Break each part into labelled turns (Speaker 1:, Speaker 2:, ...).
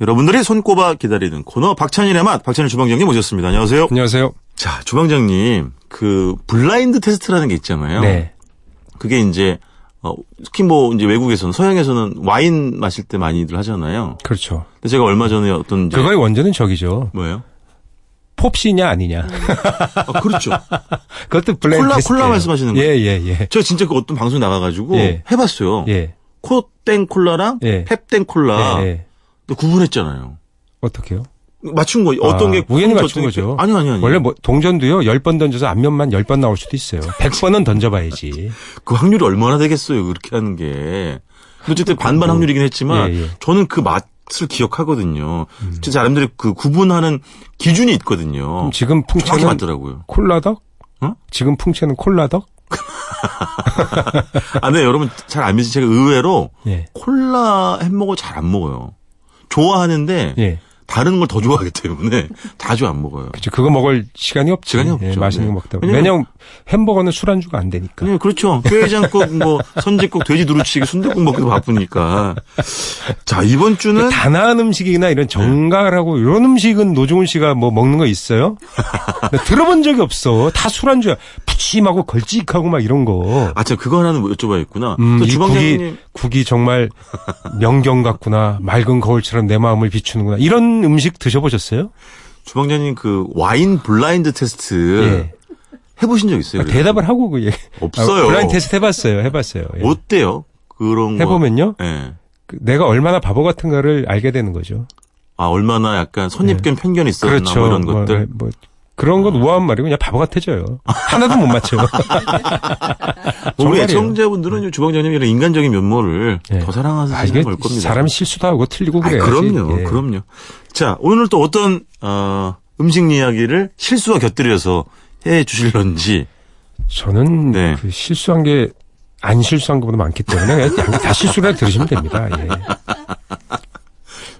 Speaker 1: 여러분들이 손꼽아 기다리는 코너 박찬일의 맛 박찬일 주방장님 모셨습니다. 안녕하세요.
Speaker 2: 안녕하세요.
Speaker 1: 자 주방장님 그 블라인드 테스트라는 게 있잖아요.
Speaker 2: 네.
Speaker 1: 그게 이제 어, 특히 뭐 이제 외국에서는 서양에서는 와인 마실 때 많이들 하잖아요.
Speaker 2: 그렇죠.
Speaker 1: 근데 제가 얼마 전에 어떤 이제
Speaker 2: 그거의 원조는 저기죠.
Speaker 1: 뭐예요?
Speaker 2: pop시냐 아니냐.
Speaker 1: 아, 그렇죠.
Speaker 2: 그것도 블렌드
Speaker 1: 콜라- 콜라 말씀하시는 거예요?
Speaker 2: 예예예. 예,
Speaker 1: 제가 진짜 그 어떤 방송 에 나가가지고
Speaker 2: 예.
Speaker 1: 해봤어요.
Speaker 2: 예.
Speaker 1: 코땡 콜라랑
Speaker 2: 예.
Speaker 1: 펩땡 콜라
Speaker 2: 예, 예.
Speaker 1: 근데 구분했잖아요.
Speaker 2: 어떻게요?
Speaker 1: 맞춘 거 어떤
Speaker 2: 아,
Speaker 1: 게 콩인지
Speaker 2: 우연히 맞춘
Speaker 1: 어떤 게-
Speaker 2: 거죠.
Speaker 1: 아니요 아니요 아니요.
Speaker 2: 원래 뭐 동전도요. 10번 던져서 앞면만 10번 나올 수도 있어요. 100번은 던져봐야지.
Speaker 1: 그 확률이 얼마나 되겠어요 그렇게 하는 게 어쨌든 반반 확률이긴 했지만
Speaker 2: 그러니까 예, 음. 예.
Speaker 1: 저는 그 맛을 기억하거든요 진짜 사람들이 그 구분하는 기준이 있거든요
Speaker 2: 그럼 음, 지금
Speaker 1: 어. 정확히
Speaker 2: 풍채는
Speaker 1: 맞더라고요
Speaker 2: 콜라덕?
Speaker 1: 응?
Speaker 2: 지금 풍채는 콜라덕?
Speaker 1: 아 근데 여러분 잘 안 믿지 제가 의외로
Speaker 2: 예.
Speaker 1: 콜라 햄버거 잘 안 먹어요 좋아하는데
Speaker 2: 예.
Speaker 1: 다른 걸 더 좋아하기 때문에 자주 안 먹어요
Speaker 2: 그죠 그거 먹을 시간이 없지.
Speaker 1: 시간이 없죠.
Speaker 2: 예, 맛있는
Speaker 1: 네.
Speaker 2: 거 먹다.
Speaker 1: 왜냐면-
Speaker 2: 왜냐면, 왜냐면 햄버거는 술안주가 안 되니까.
Speaker 1: 네, 그렇죠. 꾀장국, 뭐, 선제국, 돼지 두루치기, 순대국 먹기도 바쁘니까. 자, 이번
Speaker 2: 그
Speaker 1: 주는.
Speaker 2: 단아한 음식이나 이런 정갈하고 이런 음식은 노종훈 씨가 뭐 먹는 거 있어요? 나 들어본 적이 없어. 다 술안주야. 푸짐하고 걸찍하고 막 이런 거.
Speaker 1: 아, 제가 그거 하나는 여쭤봐야겠구나.
Speaker 2: 음,
Speaker 1: 또
Speaker 2: 이
Speaker 1: 주방장님.
Speaker 2: 국이, 국이 정말 명경 같구나. 맑은 거울처럼 내 마음을 비추는구나. 이런 음식 드셔보셨어요?
Speaker 1: 주방장님 그 와인 블라인드 테스트
Speaker 2: 예.
Speaker 1: 해보신 적 있어요?
Speaker 2: 아,
Speaker 1: 그래서?
Speaker 2: 대답을 하고 그 얘기.
Speaker 1: 네. 없어요. 뭐.
Speaker 2: 아, 블라인 테스트 해봤어요. 해봤어요. 예.
Speaker 1: 어때요? 그런 거.
Speaker 2: 해보면요.
Speaker 1: 예.
Speaker 2: 그 내가 얼마나 바보 같은가를 알게 되는 거죠.
Speaker 1: 아, 얼마나 약간 선입견 편견이 있었나
Speaker 2: 그렇죠.
Speaker 1: 뭐 이런
Speaker 2: 뭐,
Speaker 1: 것들.
Speaker 2: 뭐, 그런 건 우아한 말이고 그냥 바보 같아져요. 하나도 못 맞춰요.
Speaker 1: 우리
Speaker 2: 뭐, 정말이에요.
Speaker 1: 애청자분들은 주방장님 이런 인간적인 면모를
Speaker 2: 예.
Speaker 1: 더 사랑하는
Speaker 2: 아, 이게
Speaker 1: 걸 겁니다.
Speaker 2: 사람이 실수도 하고 틀리고
Speaker 1: 아,
Speaker 2: 그래요. 예.
Speaker 1: 그럼요, 그럼요. 자, 오늘 또 어떤 어, 음식 이야기를 실수와 곁들여서 해 주실런지.
Speaker 2: 저는
Speaker 1: 네.
Speaker 2: 그 실수한 게 안 실수한 것보다 많기 때문에 그냥 양쪽 다 실수라 들으시면 됩니다.
Speaker 1: 네,
Speaker 2: 예.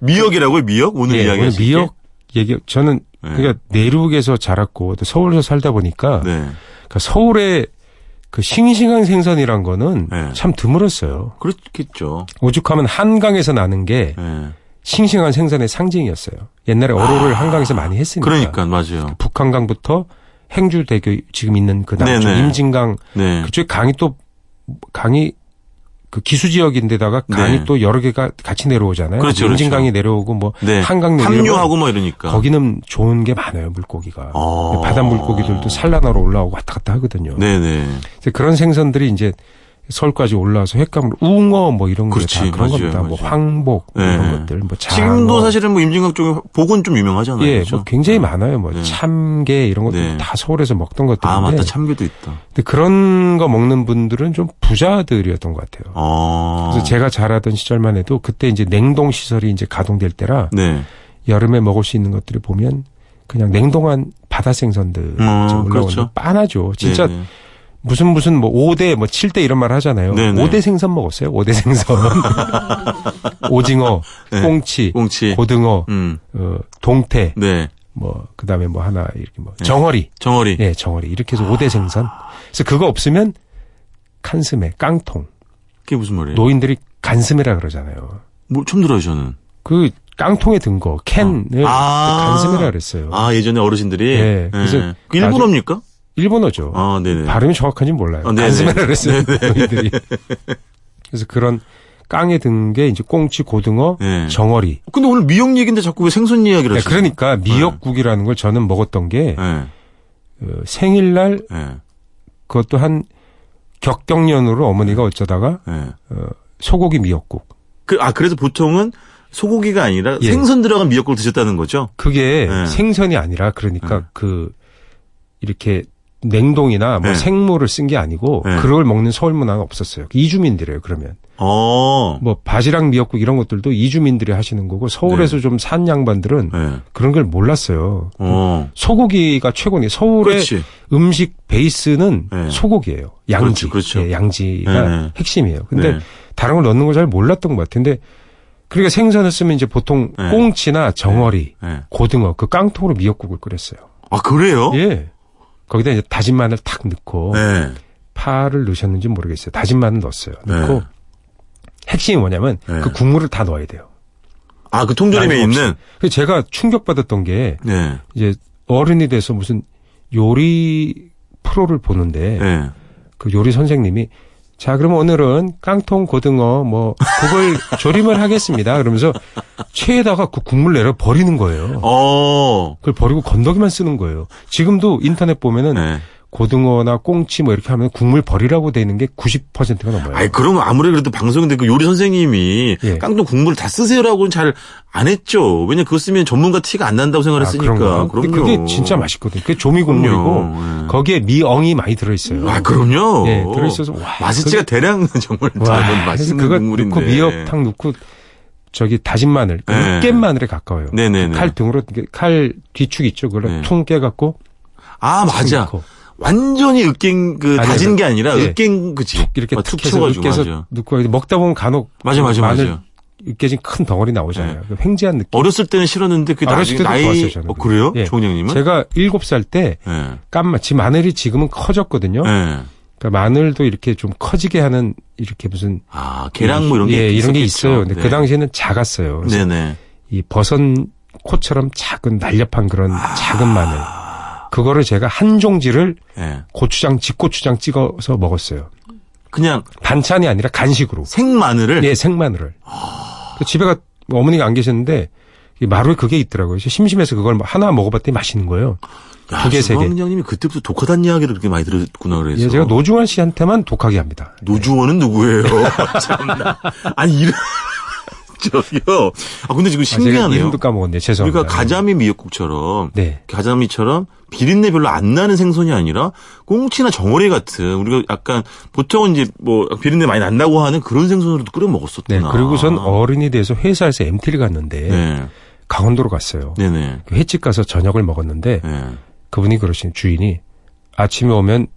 Speaker 1: 미역이라고요, 미역? 오늘
Speaker 2: 예,
Speaker 1: 이야기.
Speaker 2: 오늘 미역 얘기 저는
Speaker 1: 네.
Speaker 2: 그러니까 내륙에서 자랐고 또 서울에서 살다 보니까
Speaker 1: 네.
Speaker 2: 그러니까 서울의 그 싱싱한 생선이란 거는
Speaker 1: 네.
Speaker 2: 참 드물었어요.
Speaker 1: 그렇겠죠.
Speaker 2: 오죽하면 한강에서 나는 게
Speaker 1: 예.
Speaker 2: 싱싱한 생선의 상징이었어요. 옛날에 어로를 한강에서 많이 했으니까.
Speaker 1: 아, 그러니까 맞아요.
Speaker 2: 북한강부터 행주대교 지금 있는 그 남쪽
Speaker 1: 네네.
Speaker 2: 임진강
Speaker 1: 네.
Speaker 2: 그쪽에 강이 또 강이 그 기수 지역인데다가 강이
Speaker 1: 네.
Speaker 2: 또 여러 개가 같이 내려오잖아요.
Speaker 1: 그렇죠, 그렇죠.
Speaker 2: 임진강이 내려오고 뭐
Speaker 1: 네.
Speaker 2: 한강 내려오고
Speaker 1: 합류하고 뭐 이러니까.
Speaker 2: 거기는 좋은 게 많아요 물고기가
Speaker 1: 아.
Speaker 2: 바닷 물고기들도 산란하러 올라오고 왔다 갔다 하거든요.
Speaker 1: 네, 네.
Speaker 2: 근데 그런 생선들이 이제 서울까지 올라와서 횟감으로 웅어 뭐 이런 거
Speaker 1: 그렇지,
Speaker 2: 다 그런
Speaker 1: 맞아요,
Speaker 2: 겁니다. 뭐
Speaker 1: 맞아요.
Speaker 2: 황복 뭐
Speaker 1: 네.
Speaker 2: 이런 것들 뭐 장어
Speaker 1: 지금도 사실은 뭐 임진강 쪽에 복은 좀 유명하잖아요.
Speaker 2: 예,
Speaker 1: 그렇죠?
Speaker 2: 뭐 굉장히 많아요. 뭐
Speaker 1: 네.
Speaker 2: 참게 이런 것들
Speaker 1: 네.
Speaker 2: 다 서울에서 먹던 것들인데
Speaker 1: 아, 맞다. 참기도 있다.
Speaker 2: 근데 그런 거 먹는 분들은 좀 부자들이었던 것 같아요.
Speaker 1: 아.
Speaker 2: 그래서 제가 자라던 시절만 해도 그때 이제 냉동 시설이 이제 가동될 때라
Speaker 1: 네.
Speaker 2: 여름에 먹을 수 있는 것들을 보면 그냥 냉동한 바다 생선들
Speaker 1: 음,
Speaker 2: 지금 올라오는
Speaker 1: 그렇죠.
Speaker 2: 거 빤하죠. 진짜
Speaker 1: 네, 네.
Speaker 2: 무슨 무슨 뭐 5대 뭐 7대 이런 말 하잖아요.
Speaker 1: 네, 네.
Speaker 2: 5대 생선 먹었어요. 5대 생선. 오징어,
Speaker 1: 네.
Speaker 2: 꽁치,
Speaker 1: 꽁치.
Speaker 2: 고등어,
Speaker 1: 음.
Speaker 2: 어, 동태,
Speaker 1: 네.
Speaker 2: 뭐 그다음에 뭐 하나 이렇게 뭐 정어리.
Speaker 1: 정어리.
Speaker 2: 예, 정어리. 이렇게 해서 5대 생선. 그래서 그거 없으면 칸스메, 깡통.
Speaker 1: 그게 무슨 말이에요?
Speaker 2: 노인들이 간스메라 그러잖아요.
Speaker 1: 뭐 처음 들어요, 저는.
Speaker 2: 그 깡통에 든 거, 캔을
Speaker 1: 아.
Speaker 2: 간스메라 그랬어요.
Speaker 1: 아 예전에 어르신들이
Speaker 2: 예,
Speaker 1: 예.
Speaker 2: 그래서
Speaker 1: 그 일본어입니까?
Speaker 2: 일본어죠.
Speaker 1: 아 네네.
Speaker 2: 발음이 정확한지 몰라요.
Speaker 1: 아, 네네.
Speaker 2: 간스메라 그랬어요. 노인들이. 그래서 그런 깡에 든 게 이제 꽁치, 고등어,
Speaker 1: 네.
Speaker 2: 정어리.
Speaker 1: 근데 오늘 미역 얘기인데 자꾸 왜 생선 이야기를
Speaker 2: 네,
Speaker 1: 하시죠?
Speaker 2: 그러니까 미역국이라는 걸 저는 먹었던 게
Speaker 1: 예.
Speaker 2: 어, 생일날
Speaker 1: 예.
Speaker 2: 그것도 한 격경년으로 어머니가 어쩌다가
Speaker 1: 예.
Speaker 2: 어, 소고기 미역국.
Speaker 1: 그, 아 그래서 보통은 소고기가 아니라
Speaker 2: 예.
Speaker 1: 생선 들어간 미역국을 드셨다는 거죠?
Speaker 2: 그게
Speaker 1: 네.
Speaker 2: 생선이 아니라 그러니까 그 이렇게 냉동이나 뭐
Speaker 1: 네.
Speaker 2: 생물을 쓴 게 아니고
Speaker 1: 네.
Speaker 2: 그걸 먹는 서울 문화가 없었어요. 이주민들이에요. 그러면
Speaker 1: 어.
Speaker 2: 뭐 바지락 미역국 이런 것들도 이주민들이 하시는 거고
Speaker 1: 네.
Speaker 2: 서울에서 좀 산 양반들은
Speaker 1: 예.
Speaker 2: 그런 걸 몰랐어요.
Speaker 1: 어.
Speaker 2: 소고기가 최고니 서울의
Speaker 1: 그렇지.
Speaker 2: 음식 베이스는
Speaker 1: 네.
Speaker 2: 소고기예요. 양지,
Speaker 1: 그렇죠, 그렇죠.
Speaker 2: 예,
Speaker 1: 네,
Speaker 2: 양지가
Speaker 1: 네.
Speaker 2: 핵심이에요. 근데
Speaker 1: 네.
Speaker 2: 다른 걸 넣는 걸 잘 몰랐던 것 같은데 그러니까 생선을 쓰면 이제 보통
Speaker 1: 네.
Speaker 2: 꽁치나 정어리
Speaker 1: 예.
Speaker 2: 고등어 그 깡통으로 미역국을 끓였어요.
Speaker 1: 아 그래요?
Speaker 2: 예. 거기다 이제 다진 마늘 탁 넣고
Speaker 1: 예.
Speaker 2: 파를 넣으셨는지 모르겠어요. 다진 마늘 넣었어요. 넣고
Speaker 1: 네.
Speaker 2: 핵심이 뭐냐면
Speaker 1: 네.
Speaker 2: 그 국물을 다 넣어야 돼요.
Speaker 1: 아, 그 통조림에
Speaker 2: 나이가
Speaker 1: 있는?
Speaker 2: 없어. 그 제가 충격받았던 게
Speaker 1: 네.
Speaker 2: 이제 어른이 돼서 무슨 요리 프로를 보는데
Speaker 1: 네.
Speaker 2: 그 요리 선생님이 자 그럼 오늘은 깡통 고등어 뭐 그걸 조림을 하겠습니다. 그러면서 체에다가 그 국물 내려 버리는 거예요.
Speaker 1: 어.
Speaker 2: 그걸 버리고 건더기만 쓰는 거예요. 지금도 인터넷 보면은
Speaker 1: 네.
Speaker 2: 고등어나 꽁치 뭐 이렇게 하면 국물 버리라고 돼 있는 게 90%가 넘어요.
Speaker 1: 아이, 그럼 아무리 그래도 방송인데 그 요리 선생님이
Speaker 2: 예.
Speaker 1: 깡통 국물을 다 쓰세요라고는 잘 안 했죠. 왜냐, 그거 쓰면 전문가 티가 안 난다고
Speaker 2: 아,
Speaker 1: 생각했으니까.
Speaker 2: 그런가요? 근데 그게 진짜 맛있거든요. 그게 조미 국물이고
Speaker 1: 그럼요. 예.
Speaker 2: 거기에 미엉이 많이 들어있어요.
Speaker 1: 아, 그럼요.
Speaker 2: 예, 들어있어서 와,
Speaker 1: 맛있지가 대량 정말
Speaker 2: 와,
Speaker 1: 다른
Speaker 2: 그래서
Speaker 1: 맛있는
Speaker 2: 그거
Speaker 1: 국물인데.
Speaker 2: 넣고 미역탕 넣고 저기 다진 마늘, 그
Speaker 1: 네.
Speaker 2: 으깬 마늘에 가까워요.
Speaker 1: 네네네.
Speaker 2: 칼 등으로 이렇게 칼 뒤축 있죠. 그걸
Speaker 1: 네.
Speaker 2: 퉁 깨갖고
Speaker 1: 아, 맞아.
Speaker 2: 넣고
Speaker 1: 완전히 으깬 그
Speaker 2: 아니,
Speaker 1: 다진 게 아니라
Speaker 2: 예.
Speaker 1: 으깬 그지.
Speaker 2: 이렇게
Speaker 1: 막
Speaker 2: 툭 해서 으깨서
Speaker 1: 어, 맞아.
Speaker 2: 넣고 먹다 보면 간혹
Speaker 1: 맞아, 맞아,
Speaker 2: 마늘
Speaker 1: 맞아.
Speaker 2: 으깨진 큰 덩어리
Speaker 1: 네.
Speaker 2: 나오잖아요. 그 횡재한 느낌.
Speaker 1: 어렸을 때는 싫었는데 그
Speaker 2: 어렸을
Speaker 1: 나중에
Speaker 2: 때도
Speaker 1: 나이
Speaker 2: 좋았어요, 저는.
Speaker 1: 어, 그래요?
Speaker 2: 예.
Speaker 1: 종영님은?
Speaker 2: 제가 일곱 살 때
Speaker 1: 예.
Speaker 2: 깐마, 지 마늘이 지금은 커졌거든요.
Speaker 1: 예.
Speaker 2: 그러니까 마늘도 이렇게 좀 커지게 하는 이렇게 무슨
Speaker 1: 아, 계량 뭐 이런 게
Speaker 2: 예, 이런 게
Speaker 1: 있었겠죠.
Speaker 2: 있어요. 근데
Speaker 1: 네.
Speaker 2: 그 당시에는 작았어요. 그래서
Speaker 1: 네네.
Speaker 2: 이 버선 코처럼 작은 날렵한 그런
Speaker 1: 아.
Speaker 2: 작은 마늘. 그거를 제가 한 종지를
Speaker 1: 예.
Speaker 2: 고추장, 직고추장 찍어서 먹었어요.
Speaker 1: 그냥
Speaker 2: 반찬이 아니라 간식으로.
Speaker 1: 생마늘을
Speaker 2: 예, 생마늘을. 그 집에가 어머니가 안 계셨는데 이 마루에 그게 있더라고요. 그래서 심심해서 그걸 하나 먹어봤더니 맛있는 거예요.
Speaker 1: 야,
Speaker 2: 두개세 개.
Speaker 1: 주방장님이 그때부터 독하다는 이야기를 그렇게 많이 들었구나 그래서.
Speaker 2: 예, 제가 노중환 씨한테만 독하게 합니다. 아,
Speaker 1: 노주원은 누구예요? 참나. 아니 이런 저기요. 아 근데 지금
Speaker 2: 아, 제가
Speaker 1: 신기하네요.
Speaker 2: 이름도 까먹었네요. 죄송합니다.
Speaker 1: 그러니까 가자미 미역국처럼
Speaker 2: 네.
Speaker 1: 가자미처럼 비린내 별로 안 나는 생선이 아니라 꽁치나 정어리 같은 우리가 약간 보통은 이제 뭐 비린내 많이 난다고 하는 그런 생선으로도 끓여
Speaker 2: 네,
Speaker 1: 먹었었구나.
Speaker 2: 그리고선 어른이 돼서 회사에서 MT를 갔는데
Speaker 1: 아. 네.
Speaker 2: 강원도로 갔어요.
Speaker 1: 네네.
Speaker 2: 그 횟집 가서 저녁을 먹었는데
Speaker 1: 네.
Speaker 2: 그분이 그러신 주인이 아침에 오면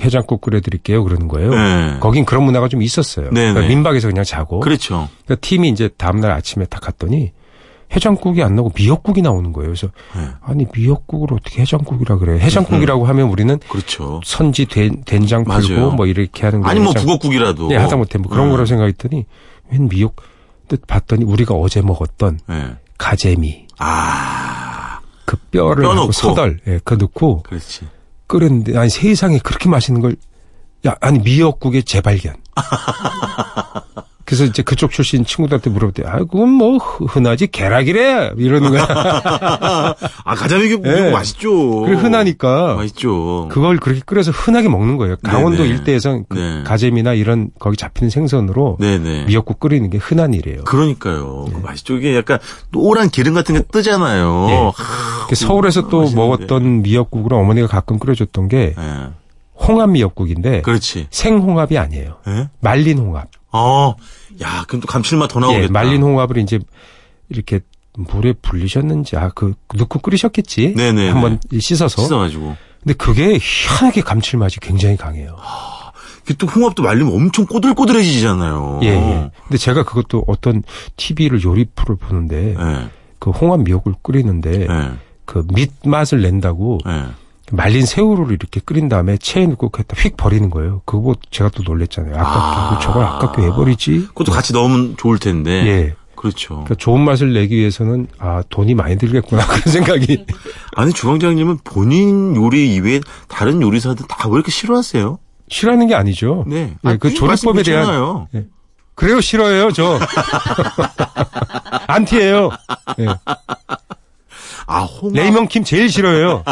Speaker 2: 해장국 끓여드릴게요 그러는 거예요.
Speaker 1: 네.
Speaker 2: 거긴 그런 문화가 좀 있었어요.
Speaker 1: 네,
Speaker 2: 그러니까
Speaker 1: 네.
Speaker 2: 민박에서 그냥 자고
Speaker 1: 그렇죠.
Speaker 2: 그러니까 팀이 이제 다음날 아침에 딱 갔더니 해장국이 안 나오고 미역국이 나오는 거예요. 그래서
Speaker 1: 네.
Speaker 2: 아니 미역국을 어떻게 해장국이라 그래요? 해장국이라고 하면 우리는
Speaker 1: 그렇죠.
Speaker 2: 선지 된, 된장
Speaker 1: 맞아요.
Speaker 2: 풀고 뭐 이렇게 하는 거
Speaker 1: 아니 뭐 북어국이라도.
Speaker 2: 네, 하다못해 뭐 그런
Speaker 1: 네.
Speaker 2: 거라고 생각했더니 웬 미역 뜻 봤더니 우리가 어제 먹었던
Speaker 1: 네.
Speaker 2: 가재미
Speaker 1: 아,
Speaker 2: 그 뼈를
Speaker 1: 뼈 넣고.
Speaker 2: 하고 서덜 예, 그거 넣고
Speaker 1: 그렇지.
Speaker 2: 끓였는데 아니 세상에 그렇게 맛있는 걸 야, 아니 미역국의 재발견. 그래서 이제 그쪽 출신 친구들한테 물어볼 때, 아, 그건 뭐 흔- 흔하지 계락이래 이러는 거야.
Speaker 1: 아 가자미 미역국
Speaker 2: 예.
Speaker 1: 맛있죠.
Speaker 2: 그게 흔하니까
Speaker 1: 맛있죠.
Speaker 2: 그걸 그렇게 끓여서 흔하게 먹는 거예요. 강원도
Speaker 1: 네네.
Speaker 2: 일대에서 그
Speaker 1: 네.
Speaker 2: 가재미나 이런 거기 잡히는 생선으로
Speaker 1: 네네.
Speaker 2: 미역국 네. 끓이는 게 흔한 일이에요.
Speaker 1: 그러니까요. 그 맛있죠. 이게 약간 노란 기름 같은 게 뜨잖아요.
Speaker 2: 예.
Speaker 1: 하,
Speaker 2: 그 서울에서 또
Speaker 1: 맛있는데.
Speaker 2: 먹었던 미역국으로 어머니가 가끔 끓여줬던 게
Speaker 1: 예.
Speaker 2: 홍합 미역국인데
Speaker 1: 그렇지.
Speaker 2: 생홍합이 아니에요.
Speaker 1: 예?
Speaker 2: 말린 홍합.
Speaker 1: 어, 야, 그럼 또 감칠맛 더 나오겠다.
Speaker 2: 예, 말린 홍합을 이제 이렇게 물에 불리셨는지 아 그 넣고 끓이셨겠지.
Speaker 1: 네네네.
Speaker 2: 한번 씻어서.
Speaker 1: 씻어가지고.
Speaker 2: 근데 그게 희한하게 감칠맛이 굉장히 강해요.
Speaker 1: 그또 홍합도 말리면 엄청 꼬들꼬들해지잖아요.
Speaker 2: 예, 예. 근데 제가 그것도 어떤 TV를 요리 프로 보는데
Speaker 1: 예,
Speaker 2: 그 홍합 미역을 끓이는데
Speaker 1: 예,
Speaker 2: 그 밑맛을 낸다고
Speaker 1: 예.
Speaker 2: 말린 새우를 이렇게 끓인 다음에 체에 넣고 했다 휙 버리는 거예요. 그거 제가 또 놀랬잖아요. 아깝게
Speaker 1: 아.
Speaker 2: 저걸 아깝게 왜 버리지?
Speaker 1: 그것도 같이 넣으면 좋을 텐데.
Speaker 2: 예.
Speaker 1: 그렇죠.
Speaker 2: 그러니까 좋은 맛을 내기 위해서는 아 돈이 많이 들겠구나 그런 생각이
Speaker 1: 아니, 주방장님은 본인 요리 이외에 다른 요리사들 다 왜 이렇게 싫어하세요?
Speaker 2: 싫어하는 게 아니죠.
Speaker 1: 네.
Speaker 2: 예, 그
Speaker 1: 아니,
Speaker 2: 조리법에 대한- 예.
Speaker 1: 말씀드렸잖아요.
Speaker 2: 그래요 싫어요 저 안티예요. 예.
Speaker 1: 아, 홍합.
Speaker 2: 레이먼 킴 제일 싫어요.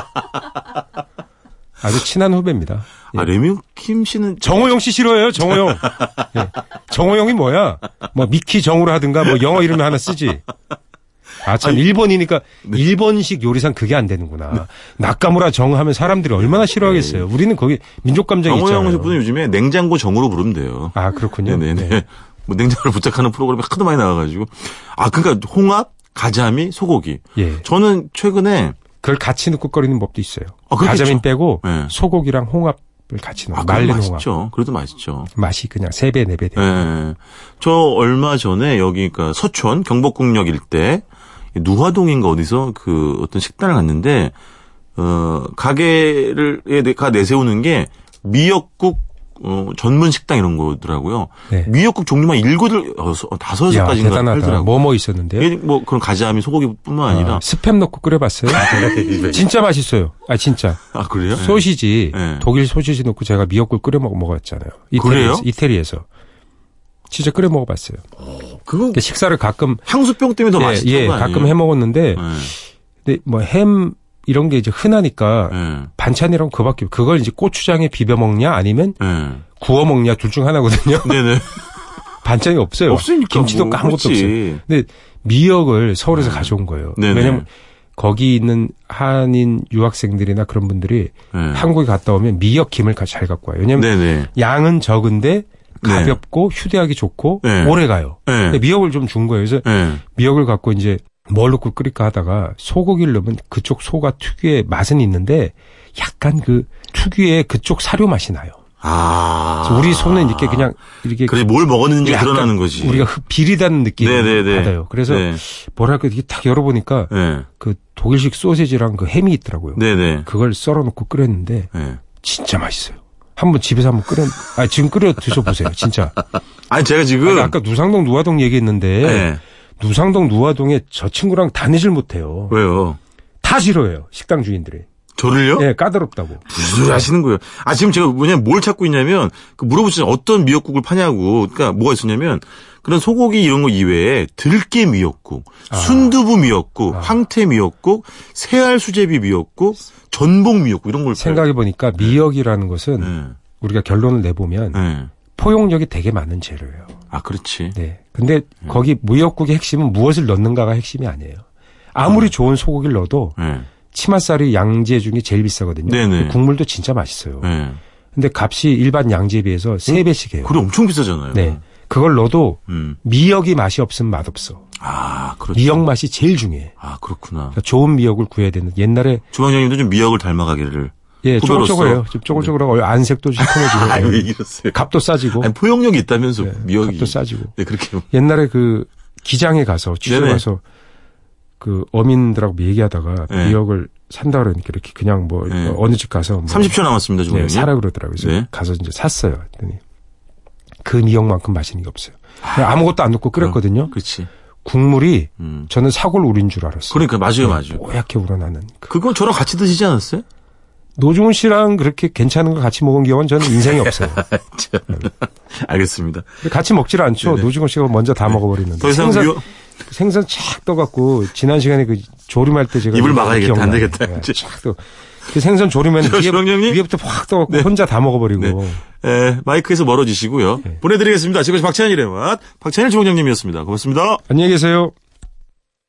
Speaker 2: 아주 친한 후배입니다. 예.
Speaker 1: 아, 레이먼 킴 씨는
Speaker 2: 정호영 씨 싫어요 정호영. 예. 정호영이 뭐야? 뭐 미키 정우로 하든가 뭐 영어 이름 하나 쓰지. 아 참 일본이니까
Speaker 1: 네.
Speaker 2: 일본식 요리상 그게 안 되는구나. 나카무라 정하면 사람들이 얼마나 싫어하겠어요. 우리는 거기 민족 감정이
Speaker 1: 정호영
Speaker 2: 있잖아요.
Speaker 1: 분은 요즘에 냉장고 정으로 부르면 돼요.
Speaker 2: 아 그렇군요.
Speaker 1: 네네네.
Speaker 2: 네.
Speaker 1: 뭐 냉장고를 부탁하는 프로그램이 하도 많이 나와가지고. 아, 그러니까 홍합, 가자미, 소고기.
Speaker 2: 예.
Speaker 1: 저는 최근에
Speaker 2: 그걸 같이 넣고 끓이는 법도 있어요.
Speaker 1: 아, 그렇겠죠.
Speaker 2: 가자민 빼고
Speaker 1: 네.
Speaker 2: 소고기랑 홍합을 같이 넣어.
Speaker 1: 아,
Speaker 2: 요
Speaker 1: 그래도
Speaker 2: 말린 홍합.
Speaker 1: 맛있죠. 그래도 맛있죠.
Speaker 2: 맛이 그냥 세 배 네 배
Speaker 1: 예.
Speaker 2: 돼요.
Speaker 1: 저 얼마 전에 여기 그러니까 서촌 경복궁역 일대 누화동인가 어디서 그 어떤 식당을 네, 갔는데 어 가게를 예, 내- 가 내세우는 게 미역국 어, 전문 식당 이런 거더라고요.
Speaker 2: 네.
Speaker 1: 미역국 종류만 일곱 어, 다섯
Speaker 2: 야,
Speaker 1: 가지인가
Speaker 2: 대단하다.
Speaker 1: 예, 팔더라고요.
Speaker 2: 뭐 뭐 있었는데요?
Speaker 1: 이게 뭐 그런 가지함이 소고기뿐만 아니라
Speaker 2: 아, 스팸 넣고 끓여봤어요. 진짜 맛있어요. 아 진짜
Speaker 1: 아 그래요?
Speaker 2: 소시지
Speaker 1: 네.
Speaker 2: 독일 소시지 넣고 제가 미역국 끓여 먹, 먹었잖아요.
Speaker 1: 그래요?
Speaker 2: 이태리에서, 이태리에서 진짜 끓여 먹어봤어요.
Speaker 1: 그거
Speaker 2: 근데 식사를 가끔
Speaker 1: 향수병 때문에 더
Speaker 2: 예,
Speaker 1: 맛있던
Speaker 2: 예,
Speaker 1: 거 아니에요?
Speaker 2: 가끔 해 먹었는데
Speaker 1: 예.
Speaker 2: 근데 뭐 햄 이런 게 이제 흔하니까
Speaker 1: 예.
Speaker 2: 반찬이랑 그밖에 그걸 이제 고추장에 비벼 먹냐 아니면
Speaker 1: 예.
Speaker 2: 구워 먹냐 둘 중 하나거든요.
Speaker 1: 네네.
Speaker 2: 반찬이 없어요.
Speaker 1: 없으니까
Speaker 2: 김치도
Speaker 1: 뭐,
Speaker 2: 아무것도
Speaker 1: 그렇지. 아,
Speaker 2: 없어요. 근데 미역을 서울에서 가져온 거예요.
Speaker 1: 네네.
Speaker 2: 왜냐면 거기 있는 한인 유학생들이나 그런 분들이
Speaker 1: 예.
Speaker 2: 한국에 갔다 오면 미역 김을 가- 잘 갖고 와요. 왜냐면
Speaker 1: 네네.
Speaker 2: 양은 적은데 가볍고 휴대하기 좋고
Speaker 1: 네.
Speaker 2: 오래 가요.
Speaker 1: 예.
Speaker 2: 근데 미역을 좀 준 거예요. 그래서
Speaker 1: 예.
Speaker 2: 미역을 갖고 이제 뭘 넣고 끓일까 하다가 소고기를 넣으면 그쪽 소가 특유의 맛은 있는데 약간 그 특유의 그쪽 사료 맛이 나요.
Speaker 1: 아.
Speaker 2: 그래서 우리 소는 이렇게 그냥 이렇게
Speaker 1: 그래 뭘 먹었는지
Speaker 2: 약간
Speaker 1: 예, 드러나는 거지.
Speaker 2: 우리가 흡- 비리다는 느낌을
Speaker 1: 네네네.
Speaker 2: 받아요. 그래서
Speaker 1: 네.
Speaker 2: 뭐랄까 이게 딱 열어보니까
Speaker 1: 네.
Speaker 2: 그 독일식 소세지랑 그 햄이 있더라고요.
Speaker 1: 네네.
Speaker 2: 그걸 썰어놓고 끓였는데
Speaker 1: 네.
Speaker 2: 진짜 맛있어요. 한번 집에서 한번 끓여, 아 지금 끓여 드셔보세요, 진짜.
Speaker 1: 아니 제가 지금
Speaker 2: 아니, 아까 누상동 누화동 얘기했는데
Speaker 1: 예.
Speaker 2: 누상동 누화동에 저 친구랑 다니질 못해요.
Speaker 1: 왜요?
Speaker 2: 다 싫어해요, 식당 주인들이.
Speaker 1: 저를요?
Speaker 2: 예, 까다롭다고.
Speaker 1: 무슨 소리 하시는 거예요? 아 지금 제가 뭐냐면 뭘 찾고 있냐면 그 물어보시는 어떤 미역국을 파냐고 그러니까 뭐가 있었냐면 그런 소고기 이런 거 이외에 들깨 미역국,
Speaker 2: 아.
Speaker 1: 순두부 미역국, 황태 미역국, 새알 수제비 미역국, 전복 미역국 이런 걸
Speaker 2: 생각해 보니까 미역이라는 것은
Speaker 1: 네.
Speaker 2: 우리가 결론을 내보면
Speaker 1: 네.
Speaker 2: 포용력이 되게 많은 재료예요.
Speaker 1: 아 그렇지.
Speaker 2: 네. 근데
Speaker 1: 음.
Speaker 2: 거기 무역국의 핵심은 무엇을 넣는가가 핵심이 아니에요.
Speaker 1: 음.
Speaker 2: 아무리 좋은 소고기를 넣어도
Speaker 1: 네.
Speaker 2: 치맛살이 양지에 중에 제일 비싸거든요.
Speaker 1: 네네.
Speaker 2: 국물도 진짜 맛있어요.
Speaker 1: 네. 음?
Speaker 2: 근데 값이 일반 양지에 비해서 세배씩 해요.
Speaker 1: 그래 음. 엄청 비싸잖아요.
Speaker 2: 네. 그걸 넣어도
Speaker 1: 음.
Speaker 2: 미역이 맛이 없으면 맛없어.
Speaker 1: 아 그렇죠.
Speaker 2: 미역 맛이 제일 중요해.
Speaker 1: 아 그렇구나.
Speaker 2: 그러니까 좋은 미역을 구해야 되는 옛날에
Speaker 1: 주방장님도 좀 미역을 닮아가기를.
Speaker 2: 예,
Speaker 1: 후배로서. 네.
Speaker 2: 쪼글쪼글해요. 좀 쪼글쪼글하고 안색도 좀
Speaker 1: 아유 왜
Speaker 2: 시커매지고
Speaker 1: 이러세요?
Speaker 2: 값도 싸지고
Speaker 1: 아니 포용력이 있다면서
Speaker 2: 예,
Speaker 1: 미역이.
Speaker 2: 값도 네. 싸지고
Speaker 1: 네 그렇게.
Speaker 2: 옛날에 그 기장에 가서 취재
Speaker 1: 네네.
Speaker 2: 가서 그 어민들하고 얘기하다가
Speaker 1: 네.
Speaker 2: 미역을 산다 그러니까 이렇게 그냥 뭐
Speaker 1: 네.
Speaker 2: 어느 집 가서 뭐
Speaker 1: 30초 남았습니다,
Speaker 2: 네,
Speaker 1: 주방장님.
Speaker 2: 사라 그러더라고요. 그래서
Speaker 1: 네.
Speaker 2: 가서 이제 샀어요. 그랬더니 그 미역만큼 맛있는 게 없어요. 그냥 아무것도 안 넣고 끓였거든요.
Speaker 1: 그렇지.
Speaker 2: 국물이
Speaker 1: 음.
Speaker 2: 저는 사골 우린 줄 알았어요.
Speaker 1: 그러니까 맞아요, 맞아요.
Speaker 2: 뽀얗게 우러나는. 그
Speaker 1: 그건 저랑 같이 드시지 않았어요?
Speaker 2: 노중훈 씨랑 그렇게 괜찮은 걸 같이 먹은 경우는 저는 인생이 없어요.
Speaker 1: 참. 알겠습니다.
Speaker 2: 근데 같이 먹질 않죠. 노중훈 씨가 먼저 다 먹어버리는데.
Speaker 1: 네. 더 이상
Speaker 2: 생선,
Speaker 1: 미역-
Speaker 2: 생선 착 떠갖고 지난 시간에 그 조림할 때 제가
Speaker 1: 입을
Speaker 2: 그거
Speaker 1: 막아야겠다.
Speaker 2: 기억나요.
Speaker 1: 안 되겠다.
Speaker 2: 예,
Speaker 1: 이제.
Speaker 2: 착 떠. 그 생선 조림면
Speaker 1: 저
Speaker 2: 위에,
Speaker 1: 주방장님? 네.
Speaker 2: 위에부터 확 떠갖고 혼자 다 먹어버리고.
Speaker 1: 에, 예, 마이크에서 네. 멀어지시고요. 보내드리겠습니다. 지금까지 박찬일의 맛, 박찬일 주방장님이었습니다. 고맙습니다.
Speaker 2: 안녕히 계세요.